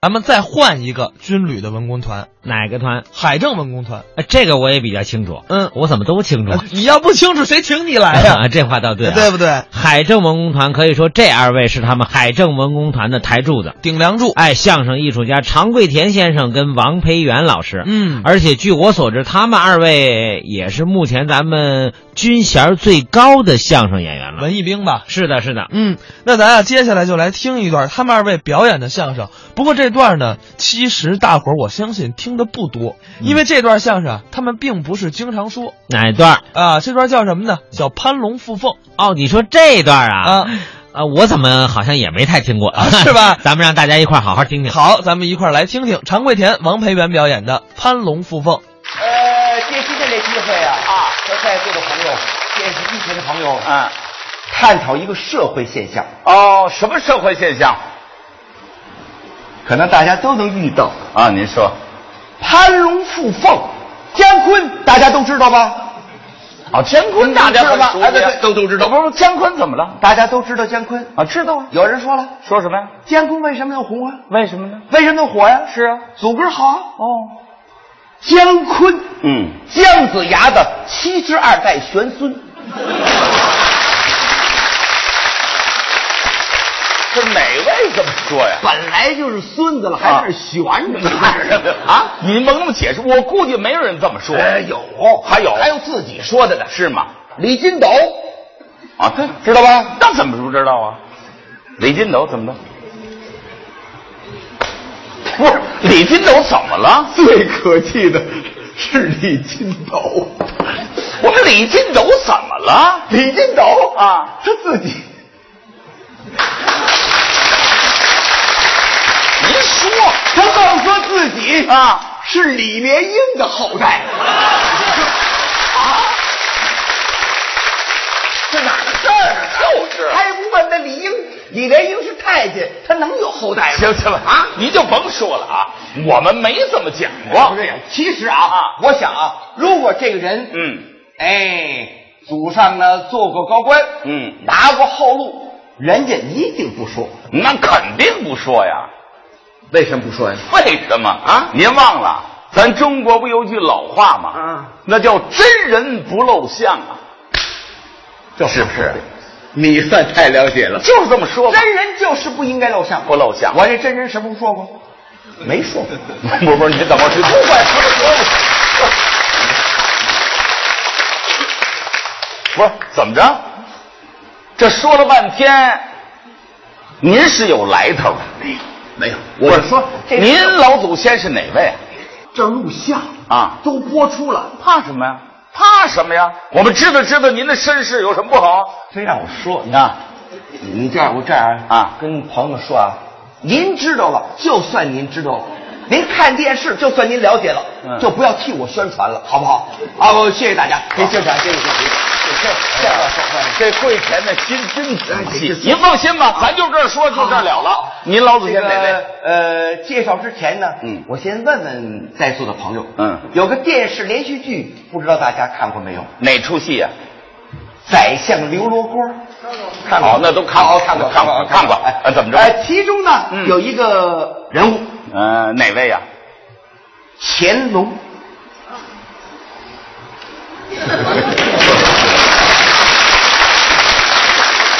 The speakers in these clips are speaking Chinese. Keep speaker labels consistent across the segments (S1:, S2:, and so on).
S1: 咱们再换一个军旅的文工团，
S2: 哪个团？
S1: 海政文工团。
S2: 呃这个我也比较清楚。
S1: 嗯
S2: 我怎么都清楚。
S1: 呃你要不清楚，谁请你来呀、
S2: 这话倒 对、啊，
S1: 对不对？
S2: 海政文工团可以说这二位是他们海政文工团的台柱子。
S1: 顶梁柱。
S2: 哎，相声艺术家常贵田先生跟王培元老师，
S1: 嗯
S2: 而且据我所知，他们二位也是目前咱们军衔最高的相声演员了。
S1: 文艺兵吧。
S2: 是的，是的，
S1: 嗯，那咱啊，接下来就来听一段他们二位表演的相声。不过这段呢，其实大伙儿我相信听的不多，
S2: 嗯
S1: 因为这段相声啊他们并不是经常说
S2: 哪段儿？
S1: 啊。这段叫什么呢？叫攀龙附凤
S2: 哦，你说这段儿啊？
S1: 啊。
S2: 啊我怎么好像也没太听过，
S1: 是吧
S2: 咱们让大家一块儿好好听听。
S1: 好，咱们一块儿来听听常贵田、王培元表演的《攀龙附凤》。
S3: 呃，借今天这机会啊，啊，和在座的朋友，电视机前的朋友，啊，探讨一个社会现象，
S4: 哦，什么社会现象
S3: 可能大家都能遇到
S4: 啊？您说
S3: 攀龙附凤。姜昆大家都知道吧？
S4: 啊，姜昆
S3: 大
S4: 大
S3: 家
S4: 家
S3: 很
S4: 很
S3: 熟悉
S4: 熟啊
S3: 哎都都知道
S4: 不是姜昆怎么了？
S3: 大家都知道姜昆
S4: 啊，知道啊。
S3: 有人说了，
S4: 说什么呀？
S3: 姜昆为什么要红啊？
S4: 为什么呢？
S3: 为什么能火呀、
S4: 是啊
S3: 祖根好啊。
S4: 哦，
S3: 姜昆，
S4: 嗯，
S3: 姜子牙的七十二代玄孙。
S4: 这哪位这么说呀？
S3: 本来就是孙子了，
S4: 啊
S3: 还是悬着呢、 啊！
S4: 你甭那么解释，我估计没有人这么说。
S3: 哎，有，
S4: 还有
S3: 还有自己说的呢。
S4: 是吗？
S3: 李金斗，
S4: 啊，对，
S3: 知道吧？
S4: 那怎么不知道啊？李金斗怎么了？不是李金斗怎么了？
S3: 最可气的是李金斗，
S4: 我们李金斗怎么了？
S3: 李金斗
S4: 啊，
S3: 他自己
S4: 您说
S3: 他愣说自己
S4: 啊。
S3: 是李莲英的后 代，
S4: 这哪个事儿啊？就是
S3: 还不问那李英，李莲英是太监，他能有后代吗？
S4: 行行了啊，你就甭说了啊，我们没这么讲过
S3: 不。是，其实啊，我想啊，如果这个人，
S4: 嗯
S3: 哎，祖上呢做过高官，
S4: 嗯，
S3: 拿过后路，人家一定不说。
S4: 那肯定不说呀。
S3: 为什么不说呀？
S4: 为什么啊？您忘了，咱中国不有句老话吗？
S3: 啊，
S4: 那叫真人不露相啊，是不是？
S3: 你算太了解了。
S4: 就是这么说吧。
S3: 真人就是不应该露相，
S4: 不露相
S3: 我这真人什么时候说过？没说过。
S4: 不不，你怎么去？不管说说 不是怎么着？这说了半天，您是有来头的。
S3: 没有，
S4: 不
S3: 我
S4: 是
S3: 是说这
S4: 您老祖先是哪位
S3: 这录像
S4: 啊？
S3: 都播出了，
S4: 怕什么呀？怕什么呀？我们知道知道您的身世有什么不好
S3: 非让我说
S4: 啊？
S3: 你这样，我这样
S4: 啊
S3: 跟朋友们说啊，您知道了，就算您知道了。您看电视，就算您了解了，
S4: 嗯
S3: 就不要替我宣传了，好不好？啊，我谢谢大家，您欣赏，谢谢，谢谢，谢谢，谢谢老师欢迎
S4: 这跪前的心真仔
S3: 哎这
S4: 细，您放心吧，咱就这儿说就这儿了了。您老祖
S3: 这
S4: 先
S3: 个
S4: 哪位？
S3: 呃，介绍之前呢，
S4: 嗯
S3: 我先问问在座的朋友，
S4: 嗯
S3: 有个电视连续剧，不知道大家看过没有？《
S4: 哪出戏呀？
S3: 宰相刘罗锅》，看过
S4: 哦，那都看过
S3: 哦看过，
S4: 看过看过
S3: 哎，
S4: 呃怎么着
S3: 哎，其中呢
S4: 嗯
S3: 有一个人物
S4: 呃，哪位呀？
S3: 乾隆，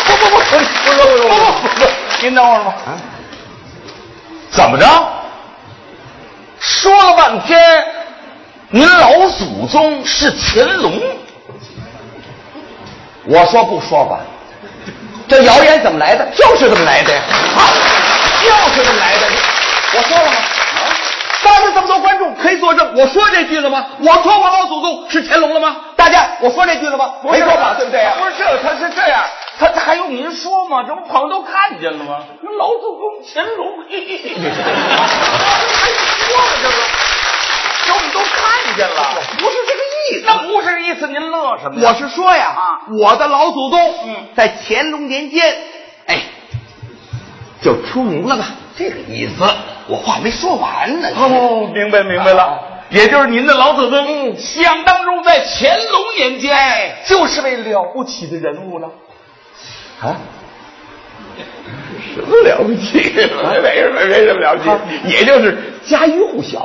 S4: 不不不，不不不不不，您等会儿吧。怎么着？说了半天，您老祖宗是乾隆？
S3: 我说不说吧，这谣言怎么来的？就是这么来的呀，啊，就是这么来的。我说了吗？啊，当着这么多观众可以作证，我说这句了吗？我说我老祖宗是乾隆了吗？大家，我说这句了吗？没说吧，对不对啊呀、
S4: 不是，他是这样，他他还用您说吗？这不朋友都看见了吗？那老祖宗乾隆，嘿嘿嘿嘿还 说了哎这个，这我们都看见了，不是这个意思，那不是这意思，您乐什么呀？
S3: 我是说呀，
S4: 啊
S3: 我的老祖宗，
S4: 嗯
S3: 在乾隆年间，哎，就出名了吧？这个意思，我话没说完呢。
S4: 啊哦，明白明白了。也就是您的老祖宗，嗯，想当初在乾隆年间就是位了不起的人物了。
S3: 啊？什么了不起？没
S4: 啊
S3: 什么，没什么了不起，也就是家喻户晓，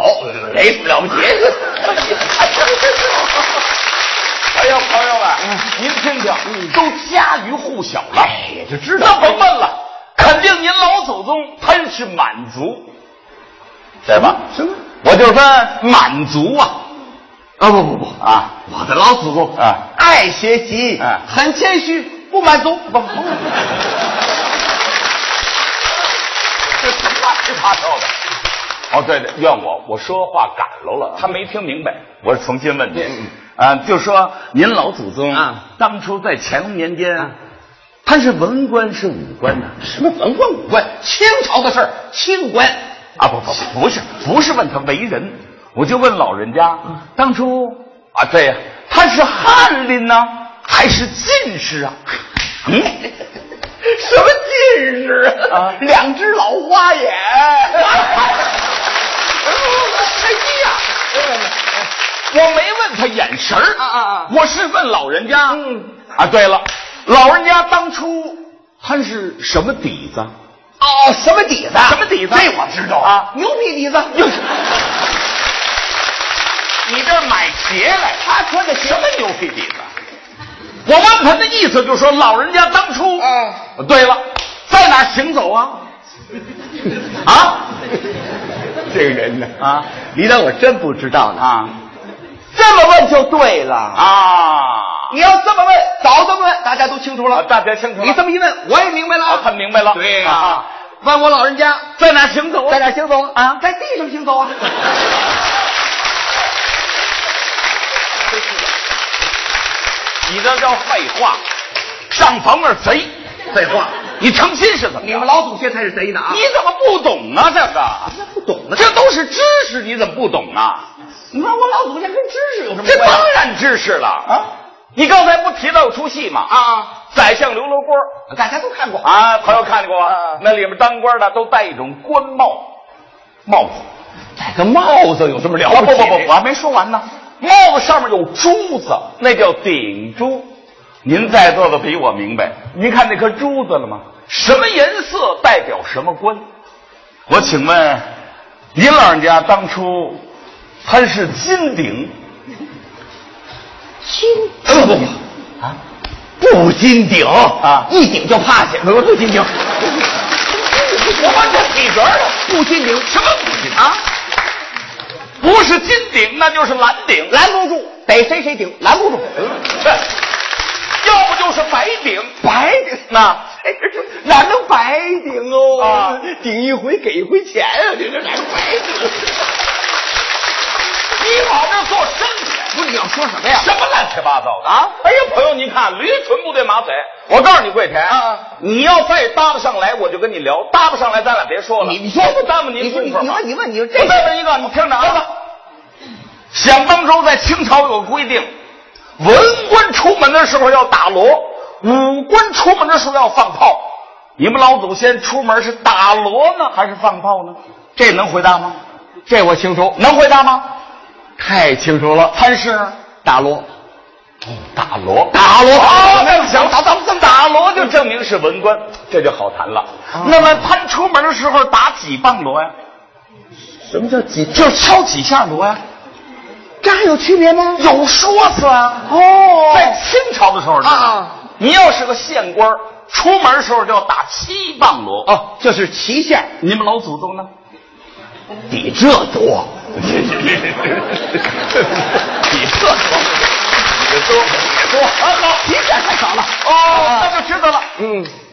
S3: 没什么了不起。
S4: 哎呀，朋友
S3: 嗯
S4: 们，您听听，都家喻户晓了，
S3: 哎也就知道
S4: 那甭问了，肯定您老祖宗他是满族，对吧？
S3: 什么？
S4: 我就说满族啊，
S3: 啊不不不
S4: 啊
S3: 我的老祖宗
S4: 啊
S3: 爱学习，
S4: 啊
S3: 很谦虚，不满足，不不。
S4: 这什么乱七八糟的？哦，对对，怨我，我说话赶喽了，他没听明白。我重新问您，啊，就说您老祖宗
S3: 嗯啊，
S4: 当初在乾隆年间，他是文官是武官呢？
S3: 什么文官武官，清朝的事儿，清官。
S4: 啊，不不不，不是，不是问他为人，我就问老人家，当初啊，对呀、他是翰林呢、还是进士 啊？嗯，
S3: 什么近视
S4: 啊
S3: 两只老花眼。
S4: 哎呀，我没问他眼神儿
S3: 啊啊啊
S4: 我是问老人家。嗯，啊，对了，老人家当初他是什么底子？
S3: 哦，什么底子？
S4: 什么底子
S3: 这我知道
S4: 啊
S3: 牛皮底子。
S4: 你这儿买鞋来？
S3: 他穿的鞋
S4: 什么牛皮底子？我问他的意思就是说，老人家当初，
S3: 嗯
S4: 对了，在哪儿行走 啊？啊，
S3: 这个人呢
S4: 啊，
S3: 你当我真不知道呢
S4: 啊！
S3: 这么问就对了啊！
S4: 啊！
S3: 你要这么问，早这么问，大家都清楚了。
S4: 啊大家清楚了
S3: 你这么一问，我也明白了。
S4: 啊他明白了
S3: 对
S4: 啊
S3: 呀，问我老人家
S4: 在哪儿行走啊？
S3: 在哪儿行走啊？在地上行走 啊。
S4: 你这叫废话，上房是贼，废话，你成心是怎么
S3: 你
S4: 样？
S3: 们老祖先才是贼呢啊！
S4: 你怎么不懂啊？这
S3: 不懂
S4: 个，这都是知识，你怎么不懂啊？
S3: 你说我老祖先跟知识有什么
S4: 这
S3: 关系？
S4: 当然知识了
S3: 啊！
S4: 你刚才不提到有出戏吗？啊，
S3: 啊，
S4: 宰相刘罗锅
S3: 大家都看过。
S4: 啊，朋友看见过吗
S3: 啊
S4: 那里面当官的都戴一种官帽，帽子。
S3: 戴个帽子有什么了
S4: 啊
S3: 不
S4: 不
S3: 不
S4: 不
S3: 不
S4: 不，
S3: 不，
S4: 我还没说完呢。帽子上面有珠子，那叫顶珠。您在座的比我明白，您看那颗珠子了吗？什么颜色代表什么官？我请问，您老人家当初他是金顶，
S3: 不
S4: 呃
S3: 不不啊，不金顶
S4: 啊
S3: 一顶就趴下，不不金顶，
S4: 我问这体格儿
S3: 不金顶，
S4: 什么不金啊？不是金顶，那就是蓝顶。
S3: 拦不住，逮谁谁顶，拦不 住。
S4: 这要不就是白顶，
S3: 白顶
S4: 那哎
S3: 哪能白顶哦？
S4: 啊
S3: 顶一回给一回钱啊！这这哪能白顶？
S4: 你往这儿做生意。
S3: 不是你要说什么呀？
S4: 什么乱七八糟的啊！哎呀，朋友，你看驴唇不对马嘴。我告诉你，桂田，
S3: 啊
S4: 你要再搭不上来，我就跟你聊；搭不上来，咱俩别说了。
S3: 你你说
S4: 我不耽误您
S3: 你说
S4: 功
S3: 你
S4: 夫。
S3: 你说你问你说这
S4: 我再问一个，你听着啊。想当初在清朝有规定，文官出门的时候要打锣，武官出门的时候要放炮。你们老祖先出门是打锣呢，还是放炮呢？这能回答吗？
S3: 这我清楚，
S4: 能回答吗？
S3: 太清楚了。
S4: 潘氏。哦
S3: 打锣，
S4: 打锣，
S3: 打锣
S4: 好，那
S3: 打
S4: 行，
S3: 打打打
S4: 打锣就证明是文官，这就好谈了。那么潘出门的时候打几棒锣呀？
S3: 什么叫几？
S4: 就是敲几下锣呀？
S3: 这还有区别吗？
S4: 有说辞啊！
S3: 哦
S4: 在清朝的时候呢
S3: 啊，
S4: 你要是个县官，出门的时候就要打七棒锣。
S3: 哦，这是旗下，
S4: 你们老祖宗呢？
S3: 你这多，
S4: 你这说的，你这说你说啊好
S3: 旗下太少了。
S4: 哦，那就知道了。
S3: 嗯，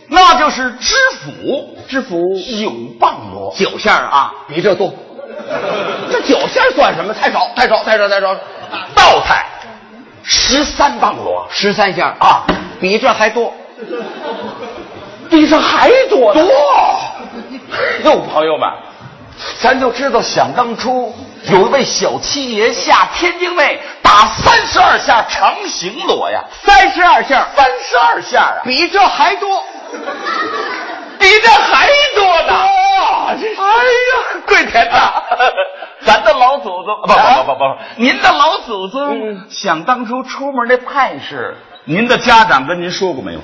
S4: 那就是知府，
S3: 知府
S4: 九棒锣，
S3: 九下啊，比这多。这九下算什么？太少，太少，太少，太少。
S4: 道台十三棒锣，
S3: 十三下啊，
S4: 啊，
S3: 比这还多。
S4: 比这还多
S3: 呢
S4: 多。哟，朋友们，咱就知道想当初有一位小七爷下天津卫打三十二下长行锣呀，
S3: 三十二下，
S4: 三十二下啊，
S3: 比这还多。
S4: 比这还多呢。哎呀，跪田呐，咱的老祖宗，不
S3: 啊嗯
S4: 不不不不，您的老祖宗，想当初出门那派事，您的家长跟您说过没有？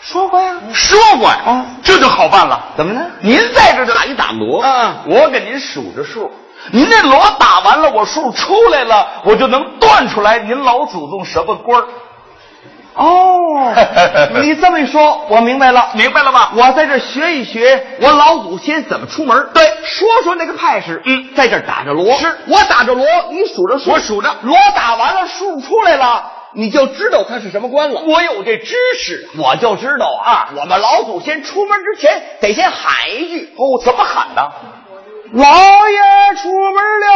S3: 说过呀，
S4: 说过
S3: 哦
S4: 呀，这就好办了。
S3: 怎么呢
S4: 您在这儿就打一打锣，
S3: 嗯
S4: 我给您数着数，您那锣打完了，我数出来了，我就能断出来您老祖宗什么官儿，
S3: 哦， 你这么一说，我明白了。
S4: 明白了吧？
S3: 我在这儿学一学我老祖先怎么出门。对，说说那个派式。
S4: 嗯
S3: 在这儿打着锣，
S4: 是
S3: 我打着锣，你数着数，
S4: 我数着
S3: 锣打完了，数出来了，你就知道他是什么官了。我有这知识，我就知道啊，我们老祖先出门之前得先喊一句
S4: 哦，怎么喊的？
S3: 老爷出门了。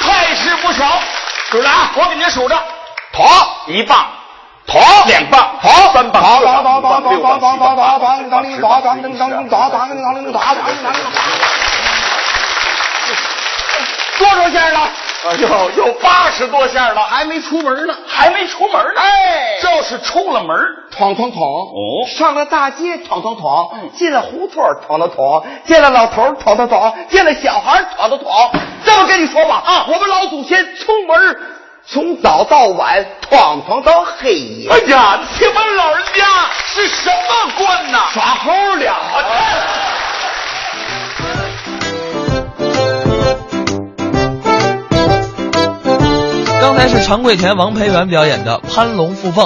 S4: 派事不小，数着啊，我给您数着，头一棒，头两棒，头三棒，四棒五棒六棒七棒八棒九棒十棒十一十二
S3: 多少下了？
S4: 哎呦，有八十多下了，还没出门呢，还没出门呢，
S3: 哎
S4: 这是出了门儿，
S3: 闯闯闯！
S4: 哦嗯
S3: 上了大街闯闯闯，进了胡同儿闯闯闯，见了老头儿闯闯闯，见了小孩儿闯闯闯。这么跟你说吧，啊，我们老祖先出门儿从早到晚闯闯到黑夜。
S4: 哎呀，请问老人家是什么官呐？啊耍猴俩。
S1: 刚才是常贵田、王培元表演的《攀龙附凤》。